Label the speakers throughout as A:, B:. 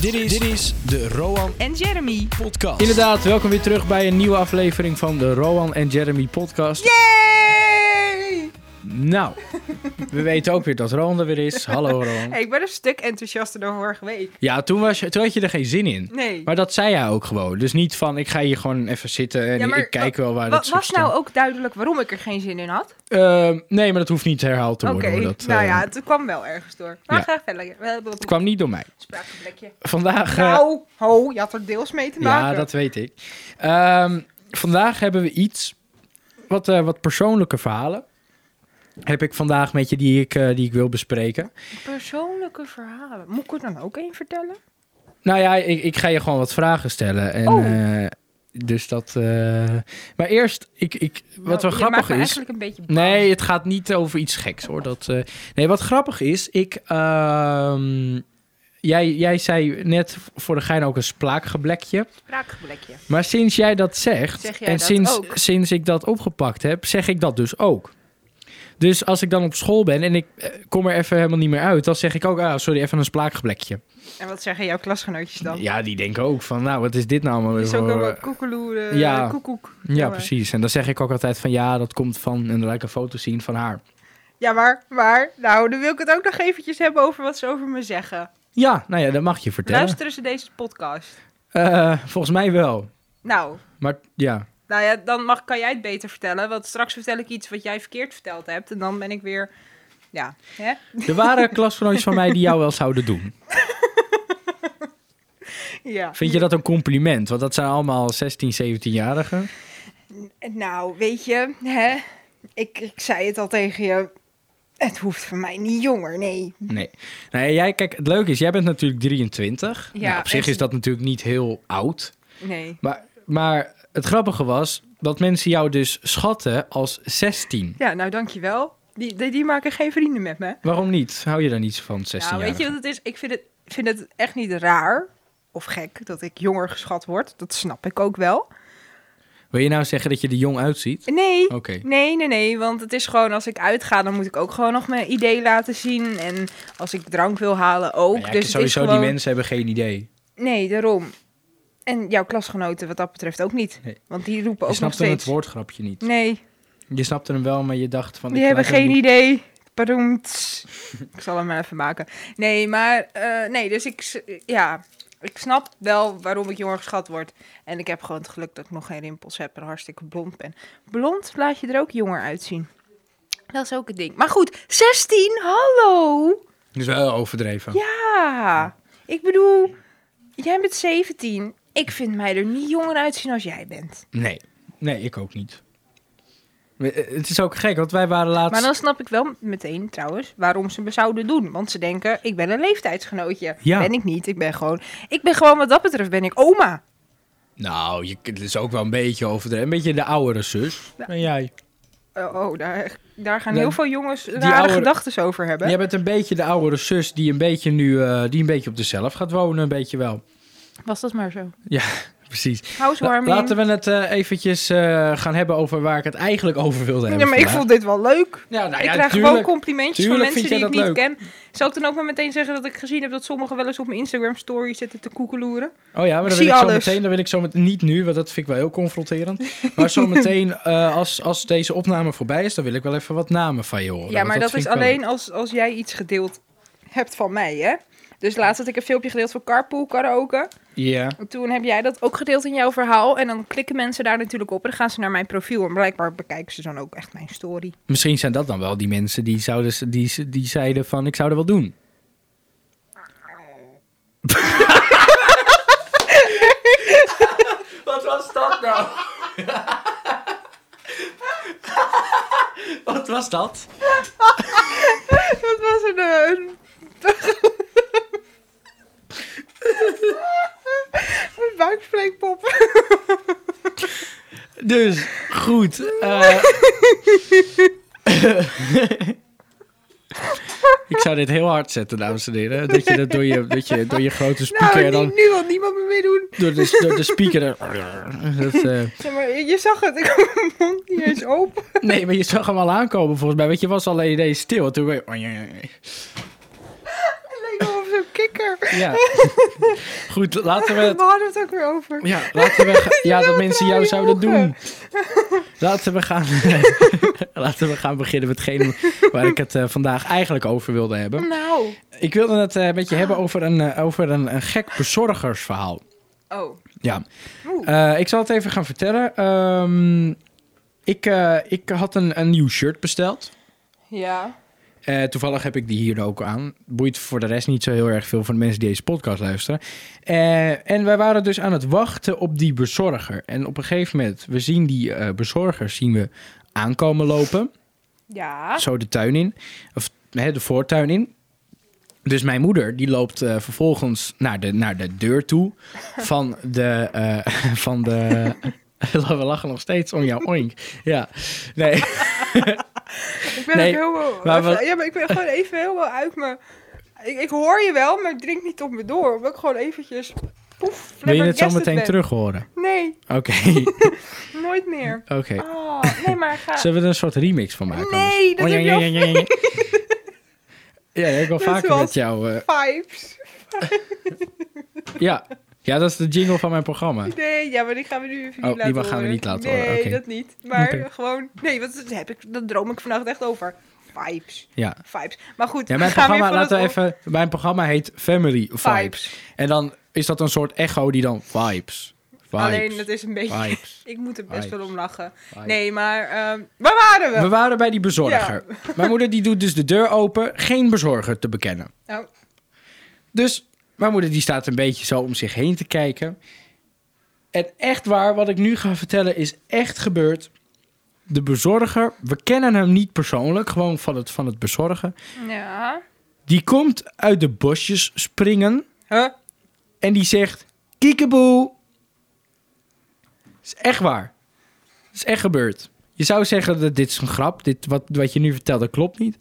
A: Dit is, dit is de Roan
B: en Jeremy.
A: Podcast.
C: Inderdaad, welkom weer terug bij een nieuwe aflevering van de Rowan en Jeremy podcast.
B: Yay!
C: Nou, we weten ook weer dat Rowan er weer is. Hallo Rowan.
B: Hey, ik ben een stuk enthousiaster dan vorige week.
C: Ja, toen, was, je- toen had je er geen zin in.
B: Nee.
C: Maar dat zei hij ook gewoon. Dus niet van, ik ga hier gewoon even zitten en
B: Ja, maar
C: ik kijk wel waar
B: Wa-
C: dat
B: was
C: soort
B: nou ook duidelijk waarom ik er geen zin in had?
C: staat. Ehm, nee, maar dat hoeft niet herhaald te
B: Oké,
C: worden. hoor. Dat,
B: nou
C: eh,
B: ja, het kwam wel ergens door. Maar
C: ja.
B: graag verder. We hebben
C: Het kwam niet door mij.
B: spraakgebrekje.
C: Vandaag... eh,
B: Nou, ho, je had er deels mee te maken.
C: ja, dat weet ik. Ehm, vandaag hebben we iets, wat, eh, wat persoonlijke verhalen. Heb ik vandaag met je die ik, eh, die ik wil bespreken.
B: Persoonlijke verhalen. Moet ik er dan ook één vertellen?
C: Nou ja, ik, ik ga je gewoon wat vragen stellen. En,
B: Oh.
C: eh, dus dat. eh, maar eerst, ik, ik, wat wel
B: Nou, je maakt
C: grappig
B: me
C: is.
B: eigenlijk een beetje bang.
C: Nee, het gaat niet over iets geks hoor. Dat, eh, nee, wat grappig is, ik. ehm, jij, jij zei net voor de gein ook een spraakgeblekje.
B: Spraakgebrekje.
C: Maar sinds jij dat zegt.
B: Zeg jij
C: en
B: dat
C: sinds,
B: ook?
C: sinds ik dat opgepakt heb, zeg ik dat dus ook. Dus als ik dan op school ben en ik eh, kom er even helemaal niet meer uit, dan zeg ik ook, ah, sorry, even een spraakgeblekje.
B: En wat zeggen jouw klasgenootjes dan?
C: Ja, die denken ook van, nou, wat is dit nou allemaal weer
B: is ook
C: voor,
B: wel
C: eh,
B: koekeloer, eh,
C: ja.
B: koekoek.
C: Ja,
B: maar-
C: precies. En dan zeg ik ook altijd van, ja, dat komt van... En dan laat ik een foto zien van haar.
B: Ja, maar, maar, nou, dan wil ik het ook nog eventjes hebben over wat ze over me zeggen.
C: Ja, nou ja, dat mag je vertellen.
B: Luisteren ze deze podcast?
C: Eh, volgens mij wel.
B: Nou,
C: Maar ja,
B: nou ja, dan mag, kan jij het beter vertellen. Want straks vertel ik iets wat jij verkeerd verteld hebt. En dan ben ik weer. Ja, hè?
C: er waren klasgenootjes van mij die jou wel zouden doen.
B: Ja.
C: Vind je dat een compliment? Want dat zijn allemaal 16, 17-jarigen.
B: Nou, weet je, hè? Ik, ik zei het al tegen je. Het hoeft voor mij niet jonger, nee.
C: Nee. Nou ja, jij, kijk, het leuke is, jij bent natuurlijk 23.
B: Ja,
C: nou, op zich
B: en-
C: is dat natuurlijk niet heel oud.
B: Nee.
C: Maar, maar het grappige was dat mensen jou dus schatten als 16.
B: Ja, nou, dankjewel. Die, die, die maken geen vrienden met me.
C: Waarom niet? Hou je daar niet van, 16
B: Ja,
C: jaar?
B: Nou, weet je wat het is? Ik vind het, vind het echt niet raar of gek dat ik jonger geschat word. Dat snap ik ook wel.
C: Wil je nou zeggen dat je er jong uitziet?
B: Nee,
C: Oké.
B: nee, nee, nee. Want het is gewoon als ik uitga, dan moet ik ook gewoon nog mijn idee laten zien. En als ik drank wil halen ook.
C: Nou ja,
B: dus het is
C: sowieso,
B: gewoon...
C: die mensen hebben geen idee.
B: Nee, daarom. En jouw klasgenoten wat dat betreft ook niet.
C: Nee.
B: Want die roepen
C: Je
B: ook nog
C: snapte het
B: steeds...
C: woordgrapje niet.
B: Nee,
C: Je snapte hem wel, maar je dacht van...
B: die
C: ik
B: hebben
C: laat hem
B: geen
C: niet-
B: idee. Beroemd. ik zal hem maar even maken. Nee, maar... eh, nee, dus ik... s- Ja, ik snap wel waarom ik jonger geschat word. En ik heb gewoon het geluk dat ik nog geen rimpels heb en hartstikke blond ben. Blond laat je er ook jonger uitzien. Dat is ook het ding. Maar goed, 16, hallo!
C: Dat is wel overdreven.
B: Ja, ik bedoel, jij bent 17. Ik vind mij er niet jonger uitzien als jij bent.
C: Nee. Nee, ik ook niet. We- eh, Het is ook gek, want wij waren laatst...
B: Maar dan snap ik wel meteen trouwens waarom ze me zouden doen. Want ze denken, ik ben een leeftijdsgenootje.
C: Ja.
B: Ben ik niet, ik ben gewoon... Ik ben gewoon wat dat betreft, ben ik oma.
C: Nou, je, het is ook wel een beetje overdreven. Een beetje de oudere zus.
B: Ja.
C: En jij?
B: Oh, oh, daar, daar gaan
C: Nee,
B: heel veel jongens rare
C: oude-
B: gedachten over hebben.
C: Jij bent een beetje de oudere zus die een beetje nu... eh, die een beetje op zichzelf gaat wonen, een beetje wel.
B: Was dat maar zo.
C: Precies. La-
B: Housewarming.
C: Laten we het eh, eventjes eh, gaan hebben over waar ik het eigenlijk over wilde hebben
B: Ja, maar ik
C: vandaag.
B: vond dit wel leuk.
C: Ja, nou
B: ik
C: ja,
B: krijg gewoon
C: tuurlijk.
B: complimentjes van
C: tuurlijk
B: mensen die
C: vind
B: ik niet
C: jij dat
B: ken. Zal ik dan ook maar meteen zeggen dat ik gezien heb dat sommigen wel eens op mijn Instagram story zitten te koekeloeren?
C: Oh ja, maar
B: Ik
C: dan
B: zie
C: wil ik zo
B: alles.
C: meteen, dan wil ik zo meteen, niet nu, want dat vind ik wel heel confronterend. Maar zo meteen, eh, als, als deze opname voorbij is, dan wil ik wel even wat namen van je horen.
B: Ja,
C: want
B: maar dat, is
C: vind ik wel
B: alleen als, als jij iets gedeeld hebt van mij, hè? Dus laatst had ik een filmpje gedeeld van carpool karaoke.
C: leuk. Ja,
B: En toen heb jij dat ook gedeeld in jouw verhaal. En dan klikken mensen daar natuurlijk op en dan gaan ze naar mijn profiel. En blijkbaar bekijken ze dan ook echt mijn story.
C: misschien zijn dat dan wel die mensen die, zouden, die, die zeiden van, ik zou er wel doen. wat was dat nou? wat was dat?
B: Dat was een... eh, een... een buikvleekpop.
C: Dus, goed. eh. ik zou dit heel hard zetten, dames en heren. Dat je dat door je, dat je, door je grote speaker
B: Nou,
C: dan...
B: nu, nu wil niemand me meer doen.
C: Door de, door de speaker... dan- Dat, eh,
B: Ja, maar je je zag het, ik had mijn mond niet eens open.
C: nee, maar je zag hem al aankomen volgens mij. Want je was al ineens stil. en Toen... ben je-
B: Het leek wel of zo'n kikker.
C: Ja. Goed, laten we
B: We
C: het...
B: hadden het ook weer over.
C: Ja, laten we... ga- Ja, dat mensen jou zouden doen. Laten we gaan... laten we gaan beginnen met hetgeen waar ik het eh, vandaag eigenlijk over wilde hebben.
B: Nou.
C: Ik wilde het eh, een beetje hebben over een, eh, over een, een gek bezorgersverhaal.
B: Oh.
C: Ja.
B: Oeh.
C: Eh, ik zal het even gaan vertellen. Ehm, ik, eh, ik had een, een nieuw shirt besteld.
B: Ja.
C: Eh, toevallig heb ik die hier ook aan. Boeit voor de rest niet zo heel erg veel van de mensen die deze podcast luisteren. Eh, en wij waren dus aan het wachten op die bezorger. En op een gegeven moment, we zien die eh, bezorgers zien we aankomen lopen.
B: Ja.
C: Zo de tuin in. Of hè, de voortuin in. Dus mijn moeder, die loopt eh, vervolgens naar de, naar de deur toe van de... eh, van de we lachen nog steeds om jouw oink. Ja, nee.
B: Ik ben
C: Nee,
B: ook heel...
C: maar
B: even-
C: wat-
B: Ja, maar ik ben gewoon even helemaal uit mijn... Ik, ik hoor je wel, maar ik drink niet op me door. Omdat ik gewoon eventjes... Poef,
C: Wil je het zo
B: flabbergasted
C: meteen
B: ben.
C: terug horen?
B: Nee,
C: Oké,
B: nooit meer.
C: oké.
B: Oh, nee, maar ga...
C: Zullen we er een soort remix van maken?
B: Nee, dat
C: Oh, ja,
B: heb
C: ja,
B: je
C: ja, ja, ja. Ja, ik wil
B: Dat
C: vaker
B: was-
C: met jou. eh,
B: Vibes.
C: ja. ja, dat is de jingle van mijn programma.
B: Nee, ja, maar die gaan we nu even
C: Oh,
B: niet laten
C: die gaan we
B: horen.
C: niet laten
B: nee,
C: horen, oké.
B: dat niet. Maar
C: Oké.
B: gewoon... Nee, want dat, heb ik, dat droom ik vannacht echt over. Vibes.
C: Ja.
B: Vibes. Maar goed,
C: Ja, mijn
B: we gaan
C: programma,
B: weer van
C: laten we
B: het
C: even, mijn programma heet Family Vibes.
B: Vibes.
C: En dan is dat een soort echo die dan vibes. vibes
B: Alleen, dat is een beetje...
C: Vibes.
B: Ik moet er best
C: Vibes.
B: wel om lachen.
C: Vibes.
B: Nee, maar ehm waar waren we?
C: We waren bij die bezorger. Mijn moeder die doet dus de deur open, geen bezorger te bekennen.
B: Nou,
C: Dus mijn moeder die staat een beetje zo om zich heen te kijken. En echt waar, wat ik nu ga vertellen is echt gebeurd. De bezorger, we kennen hem niet persoonlijk, gewoon van het, van het bezorgen.
B: ja.
C: Die komt uit de bosjes springen
B: Huh?
C: en die zegt: Kiekeboe. Is echt waar. Is echt gebeurd. Je zou zeggen dat dit is een grap, dit wat, wat je nu vertelt, dat klopt niet.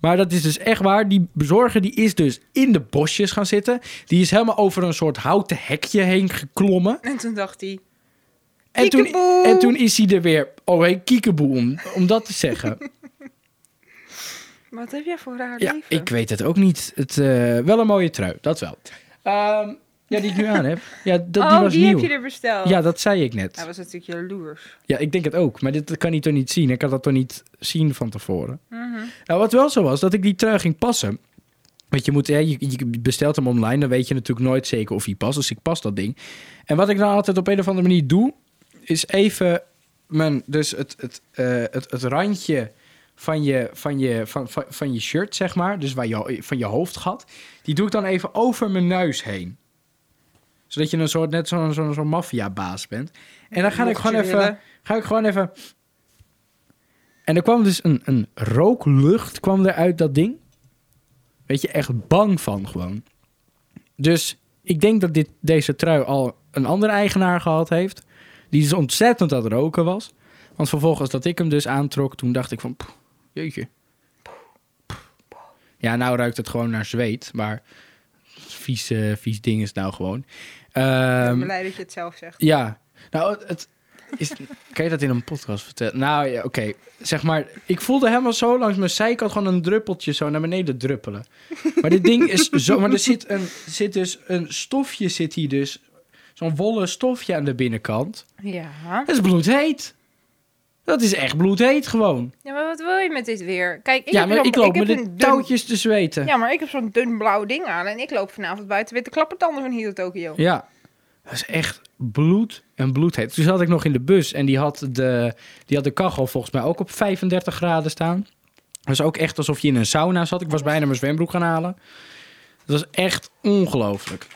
C: Maar dat is dus echt waar. Die bezorger die is dus in de bosjes gaan zitten. Die is helemaal over een soort houten hekje heen geklommen.
B: En toen dacht hij...
C: En toen,
B: Kiekeboe.
C: en toen is hij er weer overheen kiekeboe om, om dat te zeggen.
B: Wat heb jij voor raar
C: ja,
B: leven?
C: ik weet het ook niet. Het, eh, wel een mooie trui, dat wel. Ehm, ja, die ik nu aan heb. Ja, dat,
B: oh,
C: die
B: die,
C: was nieuw.
B: heb je er besteld.
C: Ja, dat zei ik net.
B: Hij was natuurlijk jaloers.
C: Ja, ik denk het ook. Maar dit kan hij toch niet zien? Ik kan dat toch niet zien van tevoren?
B: Mhm.
C: Nou, wat wel zo was, dat ik die trui ging passen. Want je, moet, hè, je, je bestelt hem online, dan weet je natuurlijk nooit zeker of hij past. Dus ik pas dat ding. En wat ik dan altijd op een of andere manier doe, is even mijn, dus het, het, eh, het, het randje van je, van, je, van, van, van je shirt, zeg maar, dus waar je, van je hoofdgat, die doe ik dan even over mijn neus heen. Zodat je een soort, net zo'n zo'n zo'n maffiabaas bent. En dan ga ik
B: Mocht je
C: gewoon even,
B: willen.
C: ga ik gewoon even... En er kwam dus een, een rooklucht kwam er uit dat ding. Weet je, echt bang van gewoon. Dus ik denk dat dit, deze trui al een andere eigenaar gehad heeft. Die dus ontzettend aan het roken was. Want vervolgens dat ik hem dus aantrok, toen dacht ik van... "Poeh, jeetje. Ja, nou ruikt het gewoon naar zweet. Maar vies, eh, vies ding is het nou gewoon.
B: ik
C: Ehm,
B: ben blij dat je het zelf zegt.
C: ja, nou, het, het is, kan je dat in een podcast vertellen? Nou ja, oké. Zeg maar, ik voelde helemaal zo langs mijn zijkant gewoon een druppeltje zo naar beneden druppelen. Maar dit ding is zo, maar er zit, een, zit dus een stofje, zit hier dus, zo'n wollen stofje aan de binnenkant.
B: Ja.
C: Dat is bloedheet. Dat is echt bloedheet gewoon.
B: Ja, maar wat wil je met dit weer? Kijk, ik
C: ja,
B: heb
C: maar
B: zo'n-
C: ik loop
B: heb
C: met de
B: een dun-
C: touwtjes te zweten. Ja.
B: Ja, maar ik heb zo'n dun blauw ding aan en ik loop vanavond buiten witte klappertanden van hier tot Tokio.
C: Dat is echt bloed en bloedheet. Toen zat ik nog in de bus en die had de, die had de kachel volgens mij ook op 35 graden staan. Dat was ook echt alsof je in een sauna zat. Ik was bijna mijn zwembroek gaan halen. Dat was echt ongelooflijk.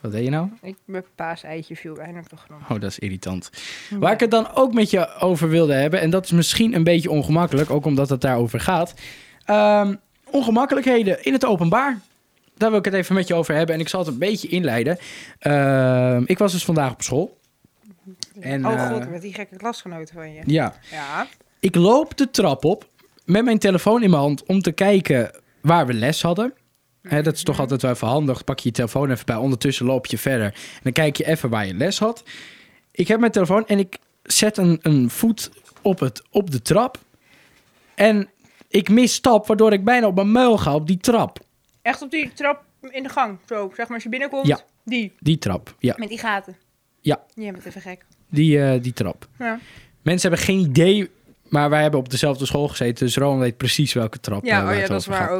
C: Wat deed je nou?
B: Ik, mijn paaseitje viel bijna op de grond.
C: Oh, dat is irritant. Waar ik het dan ook met je over wilde hebben, en dat is misschien een beetje ongemakkelijk, ook omdat het daarover gaat. Ehm, ongemakkelijkheden in het openbaar. Daar wil ik het even met je over hebben en ik zal het een beetje inleiden. Ehm, ik was dus vandaag op school. En,
B: oh
C: eh,
B: god, met die gekke klasgenoten van je.
C: Ja,
B: Ja.
C: ik loop de trap op met mijn telefoon in mijn hand om te kijken waar we les hadden. Hè, dat is toch altijd wel even handig. Pak je je telefoon even bij. Ondertussen loop je verder. En dan kijk je even waar je les had. Ik heb mijn telefoon en ik zet een, een voet op, het, op de trap. En ik mis stap, waardoor ik bijna op mijn muil ga op die trap.
B: Echt op die trap in de gang, zo. Zeg maar, als je binnenkomt,
C: Ja.
B: die.
C: Die trap, ja.
B: Met die gaten.
C: Ja.
B: Je bent even gek.
C: Die, eh, die trap.
B: Ja.
C: Mensen hebben geen idee, maar wij hebben op dezelfde school gezeten. Dus Rowan weet precies welke trap. eh,
B: Ja,
C: waar
B: oh ja,
C: het
B: dat is
C: over gaat.
B: waar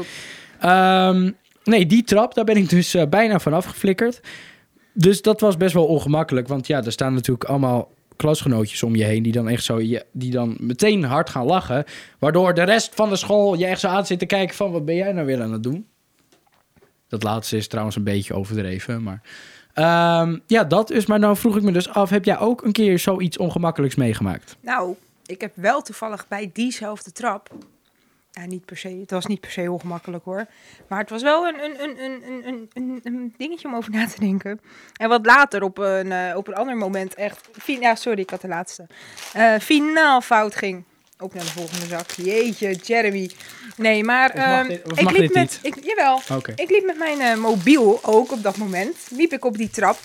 B: ook.
C: Ehm, nee, die trap, daar ben ik dus eh, bijna van afgeflikkerd. Dus dat was best wel ongemakkelijk. Want ja, er staan natuurlijk allemaal klasgenootjes om je heen... die dan echt zo, je- die dan meteen hard gaan lachen. Waardoor de rest van de school je echt zo aan zit te kijken van... wat ben jij nou weer aan het doen? Dat laatste is trouwens een beetje overdreven, maar... Ehm, ja, dat is. Maar nou vroeg ik me dus af, heb jij ook een keer zoiets ongemakkelijks meegemaakt?
B: Nou, ik heb wel toevallig bij diezelfde trap. Ja, niet per se. Het was niet per se ongemakkelijk hoor. Maar het was wel een, een, een, een, een- een, een, een dingetje om over na te denken. En wat later op een, eh, op een ander moment echt. fi- Ja, sorry, ik had de laatste. Eh, finaal fout ging. Ook naar de volgende zak. Jeetje, Jeremy. Nee, maar.
C: Of mag
B: ehm,
C: dit- of
B: ik
C: mag
B: liep
C: dit
B: met. Ik, jawel.
C: Oké.
B: Ik liep met mijn eh, mobiel ook op dat moment. Liep ik op die trap.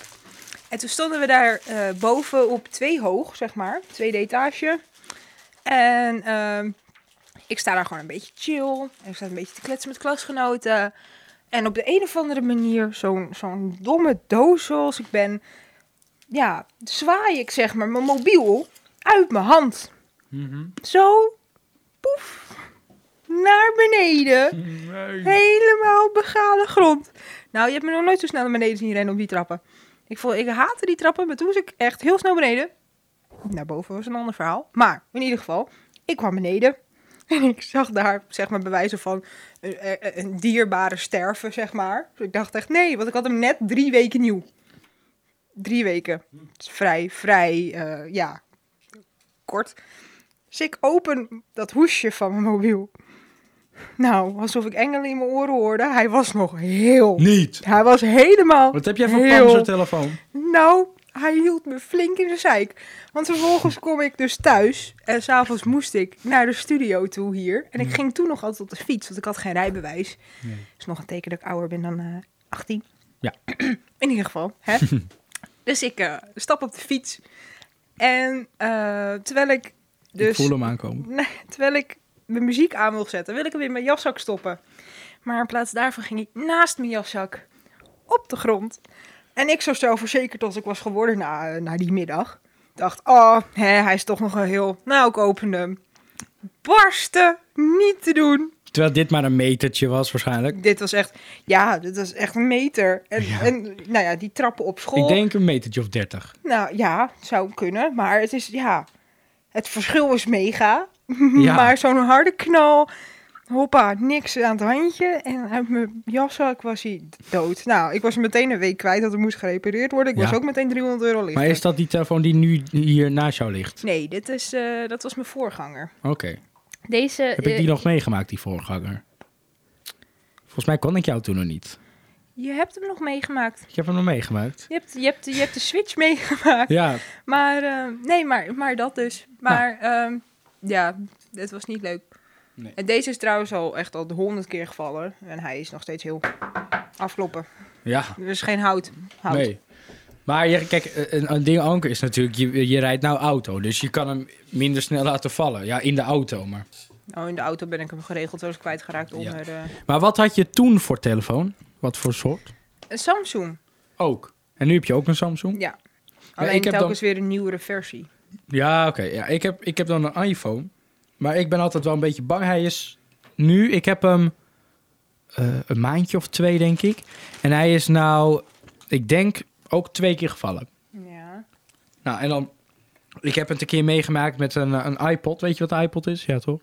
B: En toen stonden we daar eh, boven op twee hoog, zeg maar. Tweede etage. En ehm, ik sta daar gewoon een beetje chill. En ik sta een beetje te kletsen met klasgenoten. En op de een of andere manier, zo'n zo'n domme doos zoals ik ben, ja, zwaai ik zeg maar mijn mobiel uit mijn hand. Zo, poef, naar beneden. Helemaal begane grond. Nou, je hebt me nog nooit zo snel naar beneden zien rennen op die trappen. Ik, voel, ik haatte die trappen, maar toen was ik echt heel snel beneden. Naar boven was een ander verhaal. Maar in ieder geval, ik kwam beneden. En ik zag daar, zeg maar, bewijzen van een, een- een dierbare sterven, zeg maar. Dus ik dacht echt, nee, want ik had hem net drie weken nieuw. Drie weken. Het is vrij, vrij, eh, ja, kort. Dus ik open dat hoesje van mijn mobiel. Nou, alsof ik engelen in mijn oren hoorde. Hij was nog heel...
C: Niet!
B: Hij was helemaal
C: Wat heb jij voor
B: heel-
C: panzertelefoon?
B: nou, hij hield me flink in de zeik. Want vervolgens kom ik dus thuis. En s'avonds moest ik naar de studio toe hier. En ik ging toen nog altijd op de fiets, want ik had geen rijbewijs.
C: Nee.
B: is nog een teken dat ik ouder ben dan eh, 18.
C: Ja.
B: In ieder geval, hè. dus ik eh, stap op de fiets. En eh, terwijl ik
C: Ik
B: dus...
C: voel hem aankomen.
B: Nee, terwijl ik mijn muziek aan wil zetten, wil ik hem in mijn jaszak stoppen. Maar in plaats daarvan ging hij naast mijn jaszak op de grond. En ik zo zelfverzekerd als ik was geworden na, eh, na die middag. Dacht, oh, hè, hij is toch nog een heel... Nou, ik open hem. Barsten, niet te doen.
C: Terwijl dit maar een metertje was waarschijnlijk.
B: Dit was echt, ja, dit was echt een meter. En,
C: Ja.
B: en nou ja, die trappen op school.
C: Ik denk een metertje of 30.
B: Nou ja, zou kunnen. Maar het is, ja, het verschil is mega.
C: Ja.
B: Mhm, Maar zo'n harde knal. Hoppa, niks aan het handje. En uit mijn jaszak was hij dood. Nou, ik was meteen een week kwijt dat er moest gerepareerd worden. Ik
C: Ja.
B: was ook meteen 300 euro lichter.
C: Maar is dat die telefoon die nu hier naast jou ligt?
B: Nee, dit is, eh, dat was mijn voorganger.
C: Oké.
B: Deze...
C: Heb ik die nog meegemaakt, die voorganger? Volgens mij kon ik jou toen nog niet.
B: Je hebt hem nog meegemaakt.
C: Ik heb hem nog meegemaakt.
B: Je hebt, je hebt, je hebt de switch meegemaakt.
C: Ja,
B: Maar, eh, nee, maar, maar dat dus. Maar, ehm, ja, dit was niet leuk.
C: Nou. Nee.
B: En deze is trouwens al echt al de honderd keer gevallen. En hij is nog steeds heel afkloppen.
C: ja,
B: Er is geen hout. hout.
C: nee. Maar je, kijk, eh, een, een ding anker is natuurlijk, je, je rijdt nou auto, dus je kan hem minder snel laten vallen. Ja, in de auto, maar...
B: Nou, in de auto ben ik hem geregeld wel eens kwijtgeraakt onder eh,
C: Maar wat had je toen voor telefoon? Wat voor soort?
B: een Samsung.
C: Ook. En nu heb je ook een Samsung?
B: Ja. Alleen
C: ik heb
B: telkens weer een nieuwere versie.
C: Ja, oké. Ja, ik, heb, ik heb dan een iPhone. Maar ik ben altijd wel een beetje bang. Hij is nu, ik heb hem eh, een maandje of twee, denk ik. En hij is nou, ik denk, ook twee keer gevallen.
B: Ja.
C: Nou, en dan, ik heb het een keer meegemaakt met een, eh, een iPod. Weet je wat een iPod is? Ja, toch?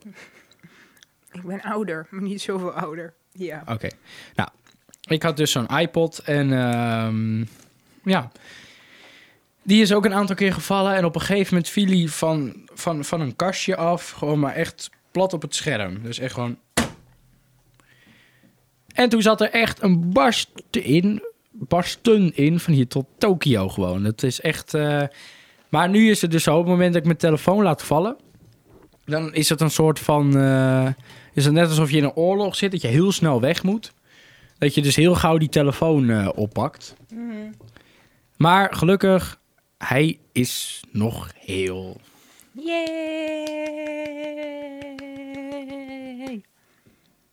B: Ik ben ouder, maar niet zoveel ouder. Ja.
C: Oké. Nou, ik had dus zo'n iPod en ehm, ja, die is ook een aantal keer gevallen. En op een gegeven moment viel hij van, van, van een kastje af, gewoon maar echt plat op het scherm. Dus echt gewoon... En toen zat er echt een barst in, barsten in van hier tot Tokio gewoon. Het is echt... eh, Maar nu is het dus zo, op het moment dat ik mijn telefoon laat vallen... Dan is het een soort van... eh, is het net alsof je in een oorlog zit, dat je heel snel weg moet. Dat je dus heel gauw die telefoon eh, oppakt.
B: Mhm.
C: Maar gelukkig, hij is nog heel.
B: Yay!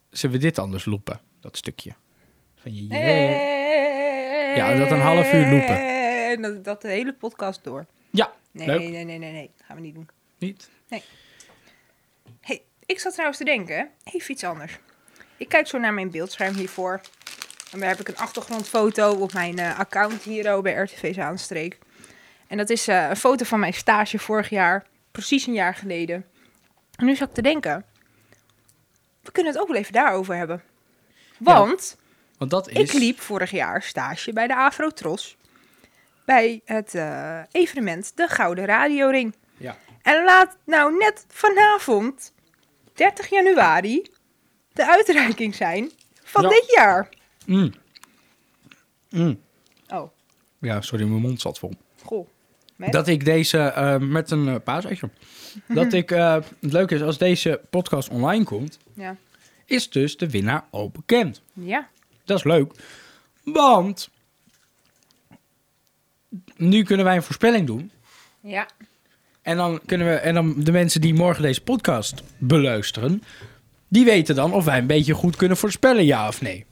C: Zullen we dit anders loepen, dat stukje? Van je,
B: Eh. Ja,
C: dat een half uur loepen.
B: En dat, dat de hele podcast door.
C: Ja,
B: Nee,
C: Leuk.
B: nee, nee, nee, nee, nee. Gaan we niet doen.
C: niet.
B: Hey, ik zat trouwens te denken, even iets anders. Ik kijk zo naar mijn beeldscherm hiervoor. En daar heb ik een achtergrondfoto op mijn eh, account hier oh, bij RTV Zaanstreek. En dat is eh, een foto van mijn stage vorig jaar, precies een jaar geleden. En nu zat ik te denken, we kunnen het ook wel even daarover hebben. Want
C: Want dat is...
B: ik liep vorig jaar stage bij de Afrotros. Bij het eh, evenement De Gouden Radioring.
C: Ja.
B: En laat nou net vanavond, 30 januari, de uitreiking zijn van
C: Ja.
B: dit jaar.
C: Mm. Mm.
B: Oh,
C: Ja, sorry, mijn mond zat vol.
B: goh. Met?
C: Dat ik deze eh, met een eh, paasuitje.
B: Mhm.
C: Dat ik, eh, het leuke is, als deze podcast online komt,
B: Ja.
C: is dus de winnaar al bekend.
B: ja.
C: Dat is leuk. Want nu kunnen wij een voorspelling doen.
B: Ja.
C: En dan kunnen we, en dan de mensen die morgen deze podcast beluisteren, die weten dan of wij een beetje goed kunnen voorspellen, ja of nee.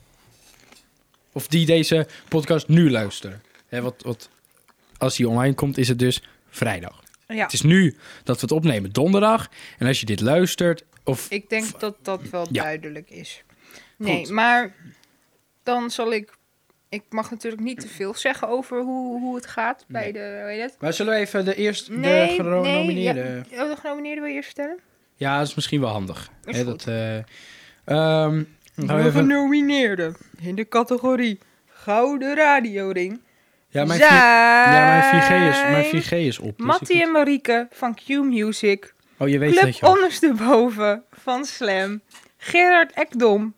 C: Of die deze podcast nu luisteren. Hè, wat, wat, als die online komt, is het dus vrijdag.
B: Ja.
C: Het is nu dat we het opnemen donderdag. En als je dit luistert, of
B: Ik denk dat dat wel
C: Ja.
B: duidelijk is. Nee,
C: Goed.
B: maar dan zal ik... Ik mag natuurlijk niet te veel zeggen over hoe, hoe het gaat bij
C: Nee.
B: de... Weet het?
C: Maar zullen we even de eerste
B: Nee,
C: de genomineerden...
B: nee. Ja. Oh, de genomineerden wil je eerst vertellen?
C: Ja, dat is misschien wel handig.
B: Is
C: Hè,
B: goed.
C: dat, eh, ehm, dan gaan we
B: De
C: even-
B: genomineerden in de categorie Gouden Radioring
C: ja, mijn, 4G ja, mijn 4G is,
B: zijn...
C: mijn 4G is op. dus
B: Mattie
C: ik
B: en Marieke van Q Music.
C: moet- Oh, je weet dat
B: Club
C: je... al-
B: Ondersteboven van Slam. Gerard Ekdom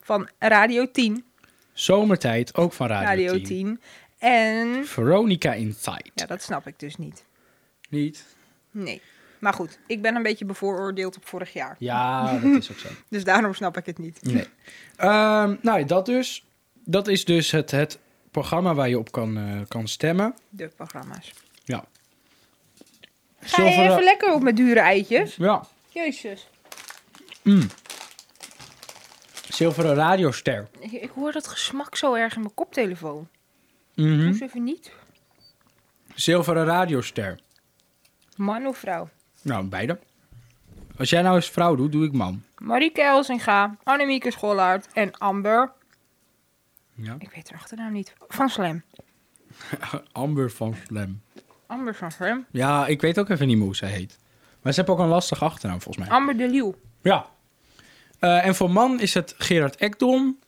B: van Radio 10.
C: Zomertijd, ook van Radio,
B: Radio
C: 10.
B: 10. En...
C: Veronica Inside.
B: Ja, dat snap ik dus niet.
C: Niet?
B: Nee. Maar goed, ik ben een beetje bevooroordeeld op vorig jaar.
C: Ja, dat is ook zo.
B: Dus daarom snap ik het niet.
C: Nee. Ehm, nou, dat dus. Dat is dus het, het programma waar je op kan, eh, kan stemmen.
B: De programma's.
C: Ja.
B: Ga je
C: Zilveren-
B: even lekker op met dure eitjes?
C: Ja.
B: Jezus.
C: Mm. Zilveren radioster.
B: Ik, ik hoor dat gesmak zo erg in mijn koptelefoon.
C: Mhm.
B: Doe ze even niet.
C: Zilveren radioster.
B: Man of vrouw?
C: Nou, beide. Als jij nou eens vrouw doet, doe ik man.
B: Marieke Elsinga, Annemieke Schollaert en Amber.
C: Ja.
B: Ik weet haar achternaam niet. Van Slam.
C: Amber van Slam.
B: Amber van Slam.
C: Ja, ik weet ook even niet meer hoe zij heet. Maar ze heeft ook een lastige achternaam, volgens mij.
B: Amber de Leeuw.
C: Ja. Eh, en voor man is het Gerard Ekdom.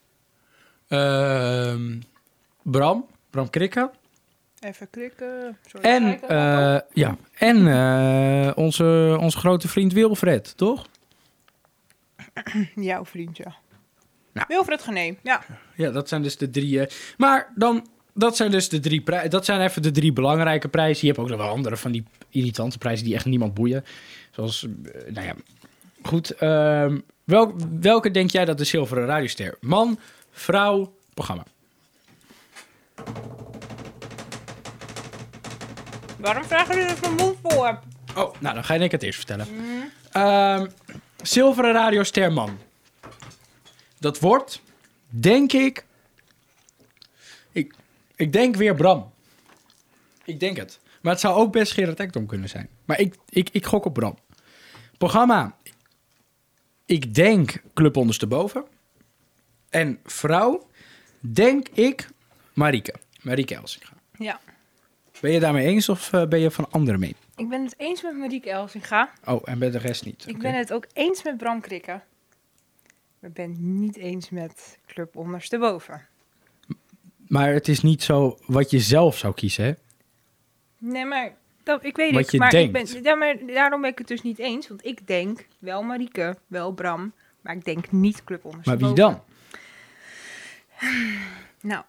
C: Ehm, Bram. Bram Krikke.
B: Even klikken. Sorry,
C: En, eh, ja. en eh, onze, onze grote vriend Wilfred, toch?
B: Jouw vriend, ja.
C: Nou.
B: Wilfred Gené. Ja.
C: Ja, dat zijn dus de drie. eh, maar dan, dat zijn dus de drie prijzen. Dat zijn even de drie belangrijke prijzen. Je hebt ook nog wel andere van die irritante prijzen die echt niemand boeien. Zoals, eh, nou ja. Goed. ehm, welk, welke denk jij dat de zilveren radioster? Man, vrouw, programma.
B: Waarom vragen jullie dat ik mijn mond vol heb?
C: Oh, nou dan ga ik het eerst vertellen. Ehm, zilveren radioster man. Dat wordt, denk ik, ik... Ik denk weer Bram. Ik denk het. Maar het zou ook best Gerard Ekdom kunnen zijn. Maar ik, ik, ik gok op Bram. Programma. Ik denk Club Ondersteboven. En vrouw, denk ik Marieke. Marieke Elsinga.
B: Ja.
C: Ben je daarmee eens of eh, ben je van anderen mee?
B: Ik ben het eens met Marieke Elsinga.
C: Oh, en bij de rest niet.
B: Ik
C: Oké.
B: ben het ook eens met Bram Krikke. Maar ik ben het niet eens met Club Ondersteboven.
C: Maar het is niet zo wat je zelf zou kiezen, hè?
B: Nee, maar dat, ik weet
C: Wat
B: het.
C: je
B: maar Ik
C: denkt.
B: ben, ja, maar daarom ben ik het dus niet eens. Want ik denk wel Marieke, wel Bram. Maar ik denk niet Club
C: Maar
B: Ondersteboven.
C: wie dan?
B: Nou,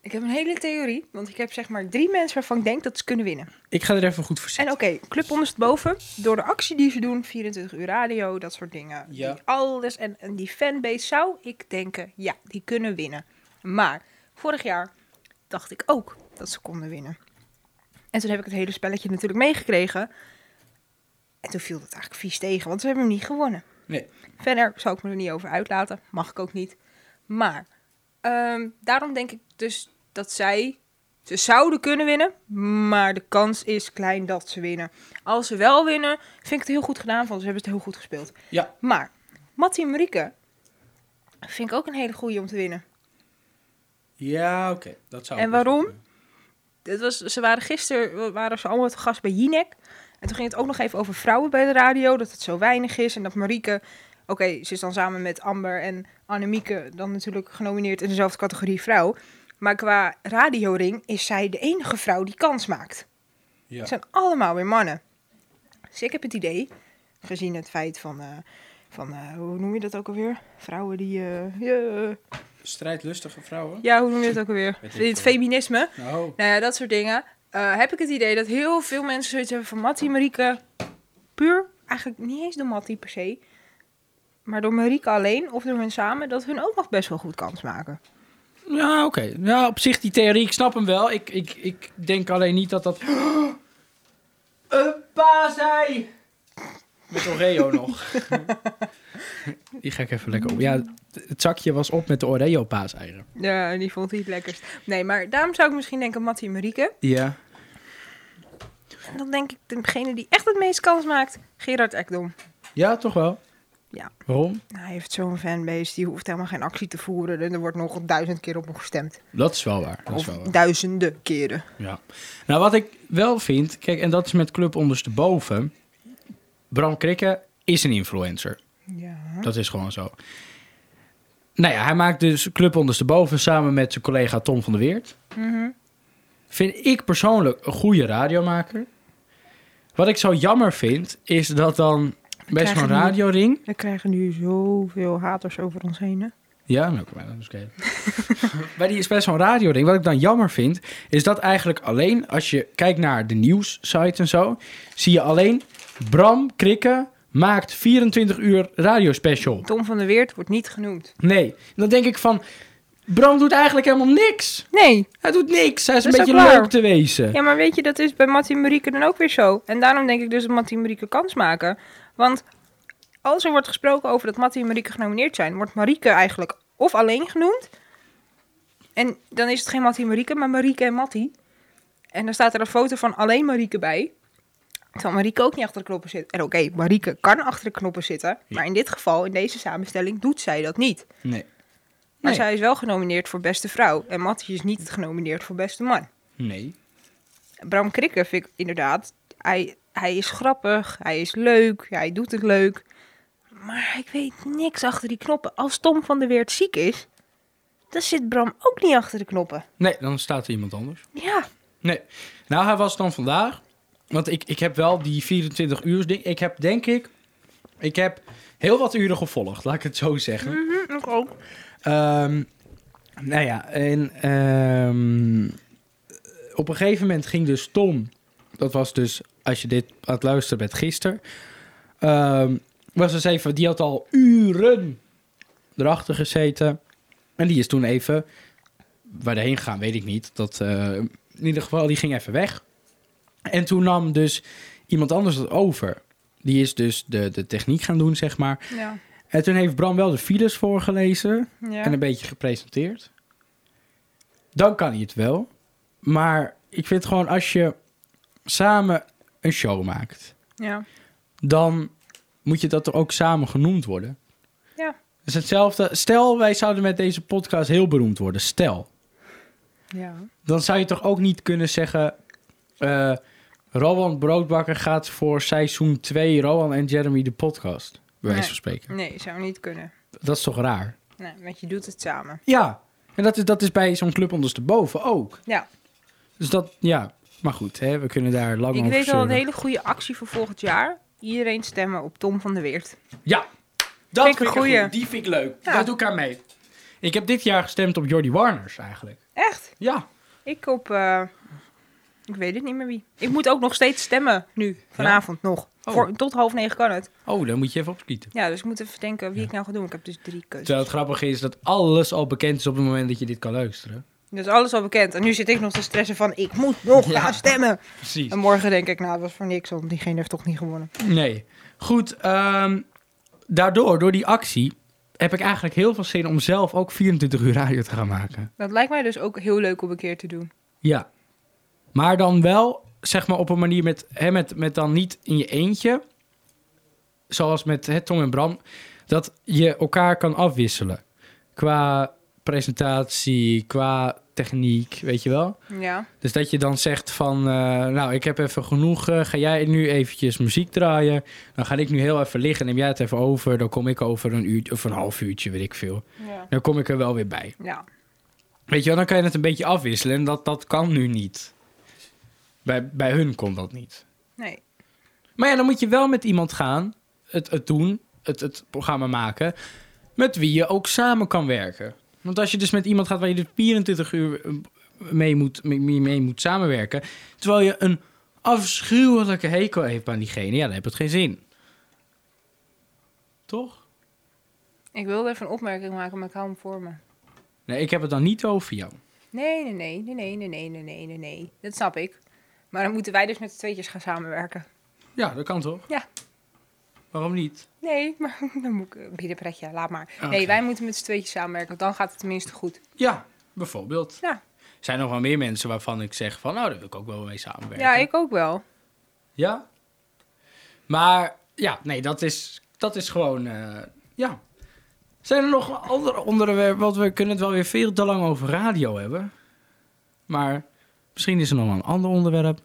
B: ik heb een hele theorie. Want ik heb zeg maar drie mensen waarvan ik denk dat ze kunnen winnen.
C: Ik ga er even goed voor
B: En
C: zitten.
B: oké, Club Ondersteboven. Door de actie die ze doen, 24 uur radio, dat soort dingen.
C: Ja.
B: Die alles en, en die fanbase zou ik denken, ja, die kunnen winnen. Maar vorig jaar dacht ik ook dat ze konden winnen. En toen heb ik het hele spelletje natuurlijk meegekregen. En toen viel dat eigenlijk vies tegen, want ze hebben hem niet gewonnen.
C: Nee.
B: Verder zou ik me er niet over uitlaten. Mag ik ook niet. Maar Ehm, daarom denk ik dus dat zij... Ze zouden kunnen winnen, maar de kans is klein dat ze winnen. Als ze wel winnen, vind ik het heel goed gedaan, want ze hebben het heel goed gespeeld.
C: Ja.
B: Maar Mattie en Marieke vind ik ook een hele goeie om te winnen.
C: Ja, oké. Dat zou
B: En
C: ook best wel
B: waarom?
C: kunnen.
B: Het was, ze waren gisteren waren ze allemaal te gast bij Jinek. En toen ging het ook nog even over vrouwen bij de radio. Dat het zo weinig is. En dat Marieke... Oké, ze is dan samen met Amber en Annemieke dan natuurlijk genomineerd in dezelfde categorie vrouw. Maar qua radioring is zij de enige vrouw die kans maakt.
C: Ja.
B: Het zijn allemaal weer mannen. Dus ik heb het idee, gezien het feit van... eh, van eh, hoe noem je dat ook alweer? Vrouwen die... eh, ja,
C: Strijdlustige vrouwen.
B: ja, hoe noem je dat ook alweer?
C: Weet ik
B: Het
C: veel.
B: feminisme.
C: Nou,
B: Nou ja, dat soort dingen. Eh, heb ik het idee dat heel veel mensen zoiets hebben van Mattie, Marieke. Puur, eigenlijk niet eens door Mattie per se. Maar door Marieke alleen of door hun samen, dat hun ook nog best wel goed kans maken.
C: ja, oké. Nou, op zich die theorie, ik snap hem wel. Ik, ik, ik denk alleen niet dat dat... Een paasei! Met Oreo nog. die ga ik even lekker op. Ja, het- het zakje was op met de Oreo paaseieren.
B: Ja, die vond hij het lekkerst. Nee, maar daarom zou ik misschien denken Mattie en Marieke.
C: Ja.
B: En dan denk ik degene die echt het meest kans maakt, Gerard Ekdom.
C: Ja, toch wel?
B: Ja.
C: Waarom?
B: Nou, hij heeft zo'n fanbase, die hoeft helemaal geen actie te voeren. En er wordt nog duizend keer op hem gestemd.
C: Dat is wel waar. Dat is
B: Of
C: wel waar.
B: duizenden keren.
C: Ja. Nou, wat ik wel vind, kijk, en dat is met club ondersteboven. Bram Krikke is een influencer.
B: Ja.
C: Dat is gewoon zo. Nou ja, hij maakt dus club ondersteboven samen met zijn collega Tom van der Weert.
B: Mhm.
C: Vind ik persoonlijk een goede radiomaker. Wat ik zo jammer vind, is dat dan bij
B: krijgen
C: zo'n
B: nu-
C: radioring...
B: We krijgen nu zoveel haters over ons heen. hè?
C: Ja, nou, maar dat is oké. maar die is best zo'n radioding. Wat ik dan jammer vind, is dat eigenlijk alleen... als je kijkt naar de nieuwssite en zo... zie je alleen Bram Krikke maakt 24 uur radiospecial.
B: Tom van der Weert wordt niet genoemd.
C: Nee, dan denk ik van... Bram doet eigenlijk helemaal niks.
B: Nee.
C: Hij doet niks. Hij is een
B: Dat is
C: beetje
B: ook waar.
C: leuk te wezen.
B: Ja, maar weet je, dat is bij Mattie en Marieke dan ook weer zo. En daarom denk ik dus dat Mattie en Marieke kans maken. Want als er wordt gesproken over dat Mattie en Marieke genomineerd zijn, wordt Marieke eigenlijk of alleen genoemd. En dan is het geen Mattie en Marieke, maar Marieke en Mattie. En dan staat er een foto van alleen Marieke bij. Terwijl Marieke ook niet achter de knoppen zit. En oké, Marieke kan achter de knoppen zitten. Maar in dit geval, in deze samenstelling, doet zij dat niet.
C: Nee.
B: Maar
C: Nee.
B: zij is wel genomineerd voor beste vrouw. En Mattie is niet genomineerd voor beste man.
C: Nee.
B: Bram Krikke vind ik inderdaad... Hij, hij is grappig, hij is leuk, hij doet het leuk. Maar ik weet niks achter die knoppen. Als Tom van der Weert ziek is, dan zit Bram ook niet achter de knoppen.
C: Nee, dan staat er iemand anders.
B: Ja,
C: Nee. Nou, hij was dan vandaag. Want ik, ik heb wel die 24 uur ding. Ik heb denk ik. Ik heb heel wat uren gevolgd, laat ik het zo zeggen.
B: ik ook.
C: Ehm, nou ja, en ehm, op een gegeven moment ging dus Tom. Dat was dus, als je dit aan het luisteren bent gisteren. ehm, was dus even, die had al uren erachter gezeten. En die is toen even. Waar de heen gegaan, weet ik niet. Dat, eh, in ieder geval, die ging even weg. En toen nam dus iemand anders dat over. Die is dus de, de techniek gaan doen, zeg maar.
B: Ja.
C: En toen heeft Bram wel de files voorgelezen
B: ja.
C: en een beetje gepresenteerd. Dan kan hij het wel. Maar ik vind gewoon als je samen een show maakt,
B: ja.
C: dan moet je dat er ook samen genoemd worden.
B: Ja.
C: Dus hetzelfde. Stel, wij zouden met deze podcast heel beroemd worden. Stel.
B: ja.
C: Dan zou je toch ook niet kunnen zeggen. eh Rowan Broodbakker gaat voor seizoen 2 Rowan en Jeremy de podcast. Bij wijze
B: Nee.
C: van spreken.
B: Nee, zou niet kunnen.
C: Dat is toch raar?
B: Nee, want je doet het samen.
C: Ja, en dat is, dat is bij zo'n club ondersteboven ook.
B: Ja.
C: Dus dat, ja. Maar goed, hè, we kunnen daar lang
B: Ik
C: over
B: weet al een
C: zeuren.
B: hele goede actie voor volgend jaar. Iedereen stemmen op Tom van der Weert.
C: Ja, dat
B: Vind ik
C: vind ik
B: een goeie.
C: goed. Die vind ik leuk.
B: Ja.
C: Daar doe ik aan mee. Ik heb dit jaar gestemd op Jordi Warners eigenlijk.
B: Echt?
C: Ja.
B: Ik op. eh, ik weet het niet meer wie. Ik moet ook nog steeds stemmen nu, vanavond nog.
C: Oh.
B: Voor, tot half negen kan het.
C: Oh, dan moet je even opskieten.
B: Ja, dus ik moet even denken wie ik nou ga doen. Ik heb dus drie keuzes.
C: Terwijl het grappige is dat alles al bekend is op het moment dat je dit kan luisteren.
B: Dus alles al bekend. En nu zit ik nog te stressen van ik moet nog
C: Ja.
B: gaan stemmen.
C: Precies.
B: En morgen denk ik, nou, dat was voor niks, want diegene heeft toch niet gewonnen.
C: Nee. Goed, ehm, daardoor, door die actie, heb ik eigenlijk heel veel zin om zelf ook 24 uur radio te gaan maken.
B: Dat lijkt mij dus ook heel leuk om een keer te doen.
C: Ja. Maar dan wel, zeg maar, op een manier met, hè, met, met dan niet in je eentje. Zoals met hè, Tom en Bram. Dat je elkaar kan afwisselen. Qua presentatie, qua techniek, weet je wel.
B: Ja.
C: Dus dat je dan zegt van, eh, nou, ik heb even genoeg. eh, ga jij nu eventjes muziek draaien? Dan ga ik nu heel even liggen. Neem jij het even over. Dan kom ik over een uurtje of een half uurtje, weet ik veel.
B: Ja.
C: Dan kom ik er wel weer bij.
B: ja.
C: Weet je wel, dan kan je het een beetje afwisselen. En dat, dat kan nu niet. Bij, bij hun kon dat niet.
B: Nee.
C: Maar ja, dan moet je wel met iemand gaan. Het, het doen, het, het programma maken. Met wie je ook samen kan werken. Want als je dus met iemand gaat waar je dus 24 uur eh, mee moet, mee, mee moet samenwerken. Terwijl je een afschuwelijke hekel heeft aan diegene. Ja, dan heb het geen zin. Toch?
B: Ik wilde even een opmerking maken, maar ik hou hem voor me.
C: Nee, ik heb het dan niet over jou.
B: Nee, nee, nee, nee, nee, nee, nee, nee, nee, nee, nee. Dat snap ik. Maar dan moeten wij dus met z'n tweetjes gaan samenwerken.
C: Ja, dat kan toch?
B: Ja.
C: Waarom niet?
B: Nee, maar dan moet ik... Bieden pretje, laat maar.
C: Oké.
B: Nee, wij moeten met z'n tweetjes samenwerken, want dan gaat het tenminste goed.
C: Ja, bijvoorbeeld.
B: Ja.
C: Er zijn nog wel meer mensen waarvan ik zeg van, nou, daar wil ik ook wel mee samenwerken.
B: Ja, ik ook wel.
C: Ja? Maar, ja, nee, dat is, dat is gewoon, eh, ja. Zijn er nog andere onderwerpen, want we kunnen het wel weer veel te lang over radio hebben. Maar misschien is er nog wel een ander onderwerp.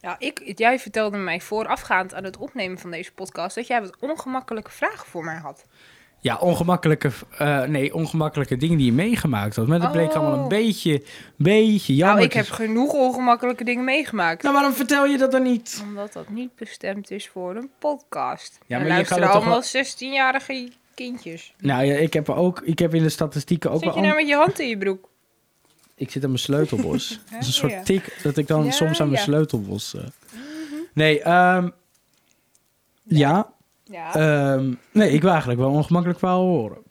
B: Ja, ik, jij vertelde mij voorafgaand aan het opnemen van deze podcast... dat jij wat ongemakkelijke vragen voor mij had.
C: Ja, ongemakkelijke, eh, nee, ongemakkelijke dingen die je meegemaakt had. Maar dat bleek
B: Oh.
C: allemaal een beetje, beetje jammer.
B: nou, ik
C: te
B: heb
C: zijn.
B: genoeg ongemakkelijke dingen meegemaakt.
C: Nou, waarom vertel je dat dan niet?
B: Omdat dat niet bestemd is voor een podcast.
C: maar
B: Ja,
C: je
B: maar luisteren
C: kan het toch
B: allemaal 16-jarige kindjes.
C: Nou ja, ik heb, ook, ik heb in de statistieken ook
B: Zit je
C: wel...
B: nou met je hand in je broek?
C: Ik zit aan mijn sleutelbos. dat is een soort
B: ja.
C: tik dat ik dan
B: Ja,
C: soms aan mijn
B: ja. Mhm.
C: sleutelbos... eh. Nee, ehm, ja.
B: Ja.
C: ehm, nee, ik wil eigenlijk wel een ongemakkelijk verhaal horen.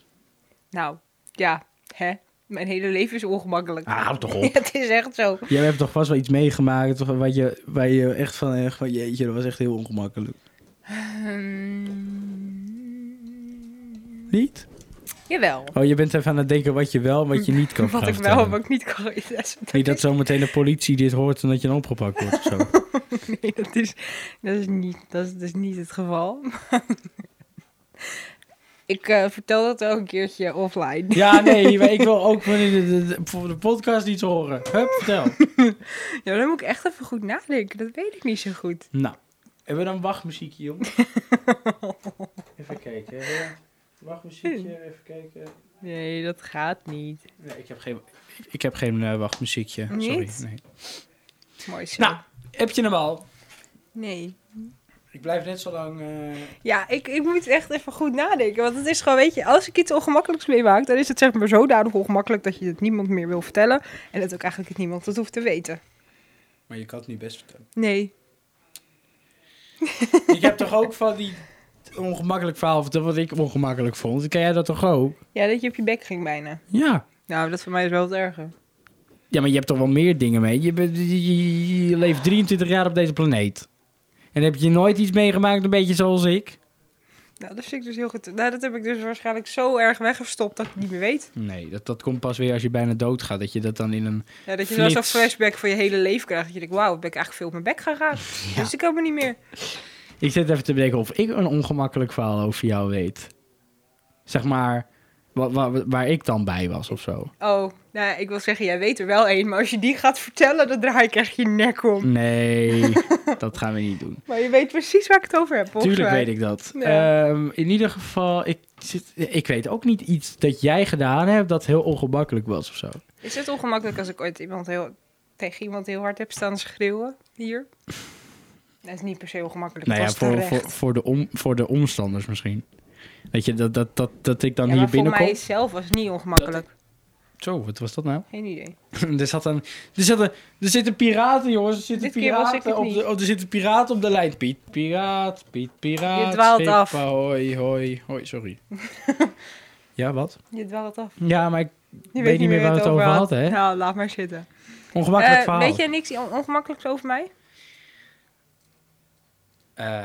B: nou, ja. Hè? Mijn hele leven is ongemakkelijk.
C: Ah, hou toch op.
B: Ja, het is echt zo.
C: Jij hebt toch vast wel iets meegemaakt toch, waar, je, waar je echt van... Echt van jeetje, dat was echt heel ongemakkelijk.
B: Hmm,
C: Niet?
B: jawel.
C: Oh, je bent even aan het denken wat je wel en wat je niet kan
B: Wat
C: gaan
B: ik wel en
C: vertellen.
B: wat ik niet kan. Dat is- dat
C: Niet dat
B: is-
C: zometeen de politie dit hoort en dat je dan opgepakt wordt of zo.
B: nee, dat is, dat is, niet, dat is, dat is niet het geval. ik eh, vertel dat wel een keertje offline.
C: Ja, nee, maar ik wil ook van de, de, de- voor de podcast iets horen. Hup, vertel.
B: Ja, dan moet ik echt even goed nadenken. Dat weet ik niet zo goed.
C: Nou, hebben we dan wachtmuziekje, jongens? even kijken. hebben we Wachtmuziekje, even kijken.
B: Nee, dat gaat niet.
C: Hmm. Nee, ik heb geen, ik heb geen eh, wachtmuziekje. Sorry.
B: Niet?
C: Nee.
B: Mooi zo.
C: Nou, heb je hem al?
B: Nee.
C: Ik blijf net zo lang. eh,
B: Ja, ik, ik moet echt even goed nadenken. Want het is gewoon, weet je, als ik iets ongemakkelijks meemaak, dan is het zeg maar zodanig ongemakkelijk dat je het niemand meer wil vertellen. En dat ook eigenlijk het niemand het hoeft te weten.
C: Maar je kan het nu best vertellen.
B: Nee.
C: ik heb toch ook van die ongemakkelijk verhaal verteld wat ik ongemakkelijk vond. Ken jij dat toch ook?
B: Ja, dat je op je bek ging bijna.
C: Ja.
B: Nou, dat voor mij is wel het erger.
C: Ja, maar je hebt toch wel meer dingen mee. Je, bent- je- je- je leeft 23 jaar op deze planeet. En heb je nooit iets meegemaakt, een beetje zoals ik?
B: Nou, dat vind ik dus heel goed. Nou, dat heb ik dus waarschijnlijk zo erg weggestopt dat ik het niet meer weet.
C: Nee, dat, dat komt pas weer als je bijna doodgaat. Dat je dat dan in een...
B: Ja, Nou, dat je wel zo'n
C: Flits.
B: flashback voor je hele leven krijgt. Dat je denkt, wauw, ben ik eigenlijk veel op mijn bek geraakt. Dus ik kan me niet meer.
C: Ik zit even te bedenken of ik een ongemakkelijk verhaal over jou weet. Zeg maar, wa- wa- wa- waar ik dan bij was of zo.
B: Oh, nou, ik wil zeggen, jij weet er wel één. Maar als je die gaat vertellen, dan draai ik echt je nek om.
C: Nee, dat gaan we niet doen.
B: Maar je weet precies waar ik het over heb, volgens
C: Tuurlijk
B: mij.
C: weet ik dat.
B: Ja.
C: Ehm, in ieder geval, ik, zit, ik weet ook niet iets dat jij gedaan hebt dat heel ongemakkelijk was of zo.
B: Is het ongemakkelijk als ik ooit iemand heel, tegen iemand heel hard heb staan schreeuwen? Hier? Dat is niet per se ongemakkelijk.
C: Nou ja,
B: het was
C: voor,
B: terecht.
C: voor, voor, de om, voor de omstanders misschien. Weet je, dat, dat, dat, dat ik dan
B: Ja,
C: hier
B: maar voor
C: binnenkom.
B: mij zelf was het niet ongemakkelijk.
C: Zo, wat was dat nou?
B: Geen idee.
C: er, zat een, er, zat een, er zitten piraten, jongens. Er zitten,
B: Dit keer was ik
C: piraten
B: het
C: op de,
B: niet.
C: oh, er zitten piraten op de lijn. Piet, piraat, Piet, piraat.
B: Je dwaalt
C: schip, eh,
B: af.
C: Hoi, hoi, hoi, sorry. ja, wat?
B: Je dwaalt af.
C: Ja, maar ik
B: Je
C: weet niet meer waar we het over
B: had.
C: hadden, hè?
B: Nou, laat maar zitten.
C: Ongemakkelijk
B: Eh,
C: verhaal.
B: weet jij niks on- ongemakkelijks over mij?
C: Eh,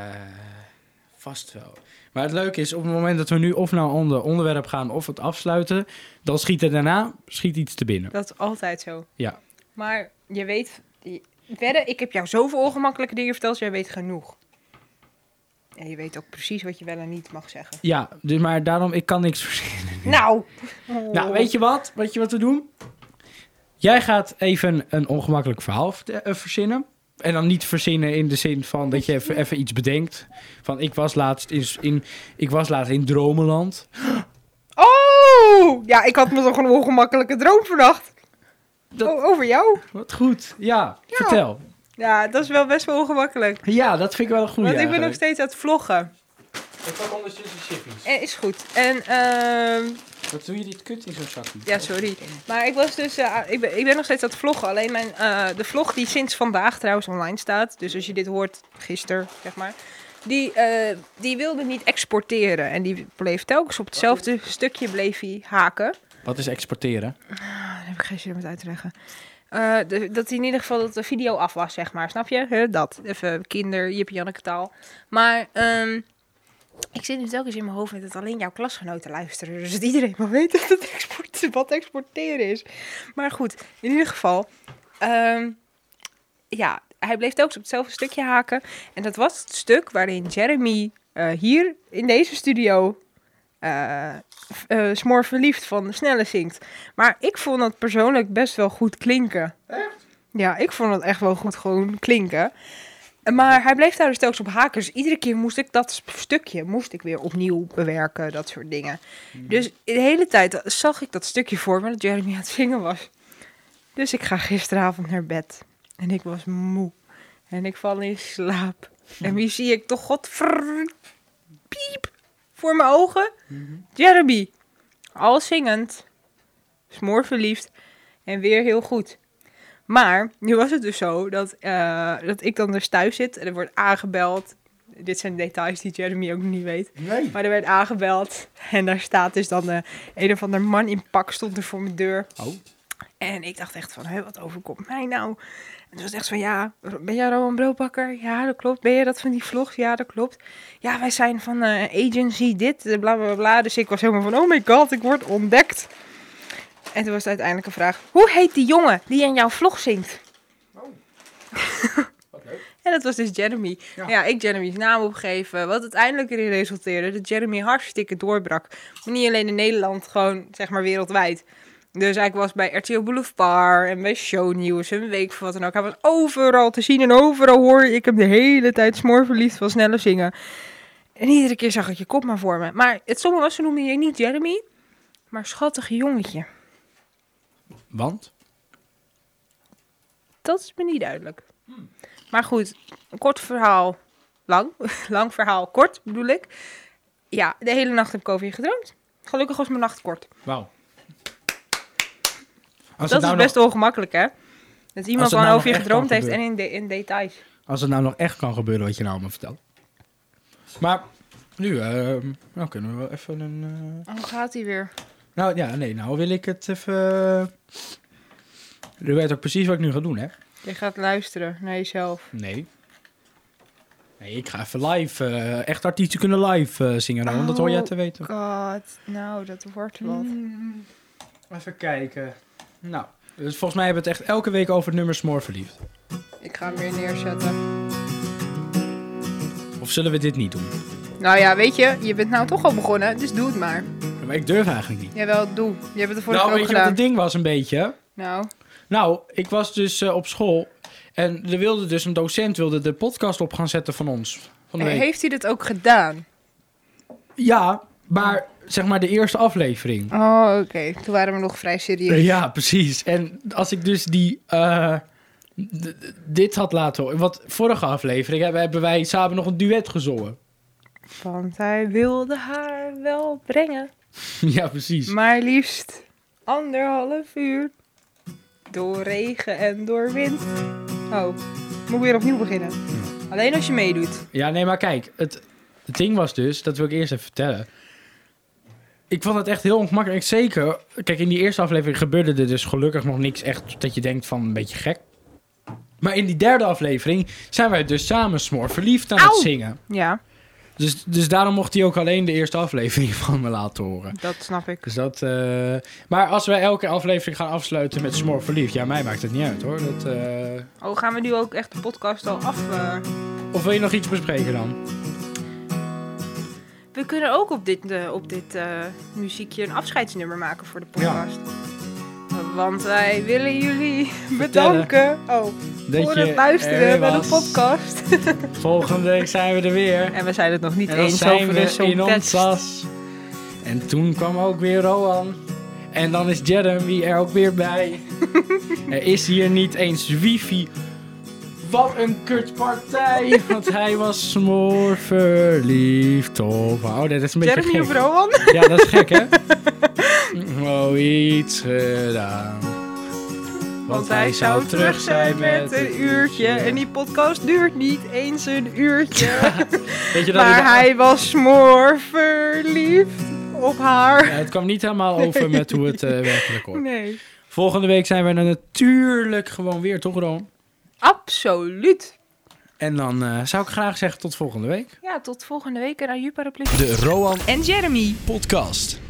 C: Vast wel. Maar het leuke is, op het moment dat we nu of naar een ander onderwerp gaan of het afsluiten, dan schiet er daarna schiet iets te binnen.
B: Dat is altijd zo.
C: Ja.
B: Maar je weet... je- Verder, ik heb jou zoveel ongemakkelijke dingen verteld, dus jij weet genoeg. En je weet ook precies wat je wel en niet mag zeggen.
C: Ja, dus maar daarom, ik kan niks verzinnen.
B: Nou!
C: Nou, weet je wat? Weet je wat we doen? Jij gaat even een ongemakkelijk verhaal vert- eh, verzinnen. En dan niet verzinnen in de zin van dat je even, even iets bedenkt. Van ik was laatst in, in, ik was laatst in Dromeland.
B: Oh! Ja, ik had me toch een ongemakkelijke droom verdacht.
C: Dat-
B: O- over jou?
C: Wat goed. Ja, vertel.
B: Ja, dat is wel best wel ongemakkelijk.
C: Ja, dat vind ik wel een goede.
B: Want ik ben nog steeds aan het vloggen.
C: Ik pak ondertussen chippies.
B: Eh, is goed. En, ehm
C: Wat doe je dit kut in zo'n zakje?
B: ja, sorry. Maar ik was dus, eh, ik, ben, ik ben nog steeds aan het vloggen. Alleen mijn, eh, de vlog die sinds vandaag trouwens online staat. Dus als je dit hoort, gisteren, zeg maar. Die, eh, die wilde niet exporteren. En die bleef telkens op hetzelfde stukje bleef hij haken.
C: Wat is exporteren?
B: Daar heb ik geen zin om het uit te leggen. Eh, de- dat hij in ieder geval dat de video af was, zeg maar. Snap je? Hè, dat. Even kinder, Jip Janneke taal. Maar ehm, ik zit nu telkens in mijn hoofd met dat alleen jouw klasgenoten luisteren. Dus dat iedereen mag weten dat export, wat exporteren is. Maar goed, in ieder geval. ehm, ja, hij bleef telkens op hetzelfde stukje haken. En dat was het stuk waarin Jeremy eh, hier in deze studio... eh v- eh, Smoor verliefd van Snelle zingt. Maar ik vond dat persoonlijk best wel goed klinken. Echt? Ja, ik vond dat echt wel goed gewoon klinken. Maar hij bleef daar dus telkens op haken. Dus iedere keer moest ik dat sp- stukje moest ik weer opnieuw bewerken, dat soort dingen. Dus de hele tijd zag ik dat stukje voor me dat Jeremy aan het zingen was. Dus ik ga gisteravond naar bed. En ik was moe. En ik val in slaap. En wie zie ik toch? Godver... Piep! Voor mijn ogen. Jeremy. Al zingend smoorverliefd en weer heel goed. Maar nu was het dus zo dat, eh, dat ik dan dus thuis zit en er wordt aangebeld. Dit zijn details die Jeremy ook niet weet.
C: Nee.
B: Maar er werd aangebeld en daar staat dus dan eh, een of ander man in pak stond er voor mijn deur.
C: Oh.
B: En ik dacht echt van, hé, wat overkomt mij nou? En toen was het echt van, ja, ben jij Rowan Broodbakker? Ja, dat klopt. Ben jij dat van die vlogs? Ja, dat klopt. Ja, wij zijn van eh, agency dit, eh, bla, bla, bla. Dus ik was helemaal van, oh my god, ik word ontdekt. En toen was het uiteindelijk een vraag, hoe heet die jongen die in jouw vlog zingt?
C: Oh. Wat leuk.
B: En dat was dus Jeremy.
C: Ja.
B: Ja, ik Jeremy's naam opgegeven. Wat uiteindelijk erin resulteerde dat Jeremy hartstikke doorbrak. Maar niet alleen in Nederland, gewoon zeg maar wereldwijd. Dus hij was bij RTL Boulevard en bij Shownieuws en week voor wat dan ook. Hij was overal te zien en overal hoor ik hem de hele tijd smoorverliefd van sneller zingen. En iedere keer zag ik je kop maar voor me. Maar het sommige was, ze noemden je niet Jeremy, maar schattig jongetje.
C: Want?
B: Dat is me niet duidelijk. Maar goed, een kort verhaal. Lang. Lang verhaal. Kort bedoel ik. Ja, de hele nacht heb ik over je gedroomd. Gelukkig was mijn nacht kort.
C: Wauw.
B: dat
C: Als, het nou
B: is best
C: nog,
B: ongemakkelijk, hè? Dat iemand
C: het
B: gewoon
C: nou nog
B: over je
C: echt
B: gedroomd
C: kan
B: heeft en in, de, in details.
C: als het nou nog echt kan gebeuren wat je nou allemaal vertelt. Maar nu, ehm nou kunnen we wel even een... eh,
B: Hoe Oh, gaat hij weer?
C: Nou ja, nee, nou wil ik het even... U weet ook precies wat ik nu ga doen, hè?
B: Je gaat luisteren naar jezelf.
C: Nee. Nee, ik ga even live, eh, echt artiesten kunnen live eh, zingen, Rowan. dat hoor jij te weten.
B: God, nou, dat wordt wat.
C: Mm, Even kijken. Nou, dus volgens mij hebben we het echt elke week over het nummer Smoor verliefd.
B: Ik ga hem weer neerzetten.
C: Of zullen we dit niet doen?
B: Nou ja, weet je, je bent nou toch al begonnen, dus doe het maar.
C: Maar ik durf eigenlijk niet.
B: Jawel, doe. Je hebt het er vorige
C: nou,
B: keer ook
C: weet je wat
B: gedaan.
C: het ding was een beetje?
B: Nou,
C: Nou, ik was dus eh, op school en er wilde dus een docent wilde de podcast op gaan zetten van ons. Van de week.
B: heeft hij dit ook gedaan?
C: Ja, maar zeg maar de eerste aflevering.
B: Oh, oké. Toen waren we nog vrij serieus.
C: Ja, precies. En als ik dus die. eh, d- d- dit had laten horen. Want vorige aflevering hebben, hebben wij samen nog een duet gezongen.
B: Want hij wilde haar wel brengen.
C: ja, precies.
B: Maar liefst anderhalf uur. Door regen en door wind. Oh, moet ik weer opnieuw beginnen. Alleen als je meedoet.
C: Ja, nee, maar kijk. Het, het ding was dus, dat wil ik eerst even vertellen. Ik vond het echt heel ongemakkelijk. Zeker, kijk, in die eerste aflevering gebeurde er dus gelukkig nog niks echt dat je denkt van een beetje gek. Maar in die derde aflevering zijn wij dus samen smoor verliefd aan het
B: Auw.
C: zingen.
B: Ja.
C: Dus, dus daarom mocht hij ook alleen de eerste aflevering van me laten horen.
B: Dat snap ik.
C: Dus dat... eh, Maar als wij elke aflevering gaan afsluiten met Smor Verliefd... Ja, mij maakt het niet uit hoor. Dat, eh,
B: Oh, gaan we nu ook echt de podcast al af? eh?
C: Of wil je nog iets bespreken dan?
B: We kunnen ook op dit, eh, op dit eh, muziekje een afscheidsnummer maken voor de podcast. Want wij willen jullie bedanken oh,
C: Dat
B: voor
C: je
B: het luisteren
C: er
B: naar de
C: was.
B: podcast.
C: Volgende week zijn we er weer.
B: En dus we zijn het nog niet
C: En dan
B: eens
C: zijn
B: over
C: we
B: de songtekst.
C: in ons as. En toen kwam ook weer Roan. En dan is Jeremy er ook weer bij. er is hier niet eens wifi. Wat een kutpartij. Want hij was smoor verliefd op... haar. Oh, nee, dat is een beetje
B: Jeremy
C: gek.
B: of Rowan?
C: Ja, dat is gek, hè? Oh, iets gedaan.
B: Want hij zou terug zijn met een uurtje. En die podcast duurt niet eens een uurtje.
C: Weet je dat
B: Maar
C: het-
B: hij was smoor verliefd op haar.
C: Ja, het kwam niet helemaal over met hoe het eh, werkelijk hoort.
B: Nee.
C: Volgende week zijn we er natuurlijk gewoon weer, toch Room?
B: Absoluut.
C: En dan eh, zou ik graag zeggen tot volgende week.
B: Ja, tot volgende week en aan Jupiter Plus.
A: De Roan
B: En Jeremy.
A: Podcast.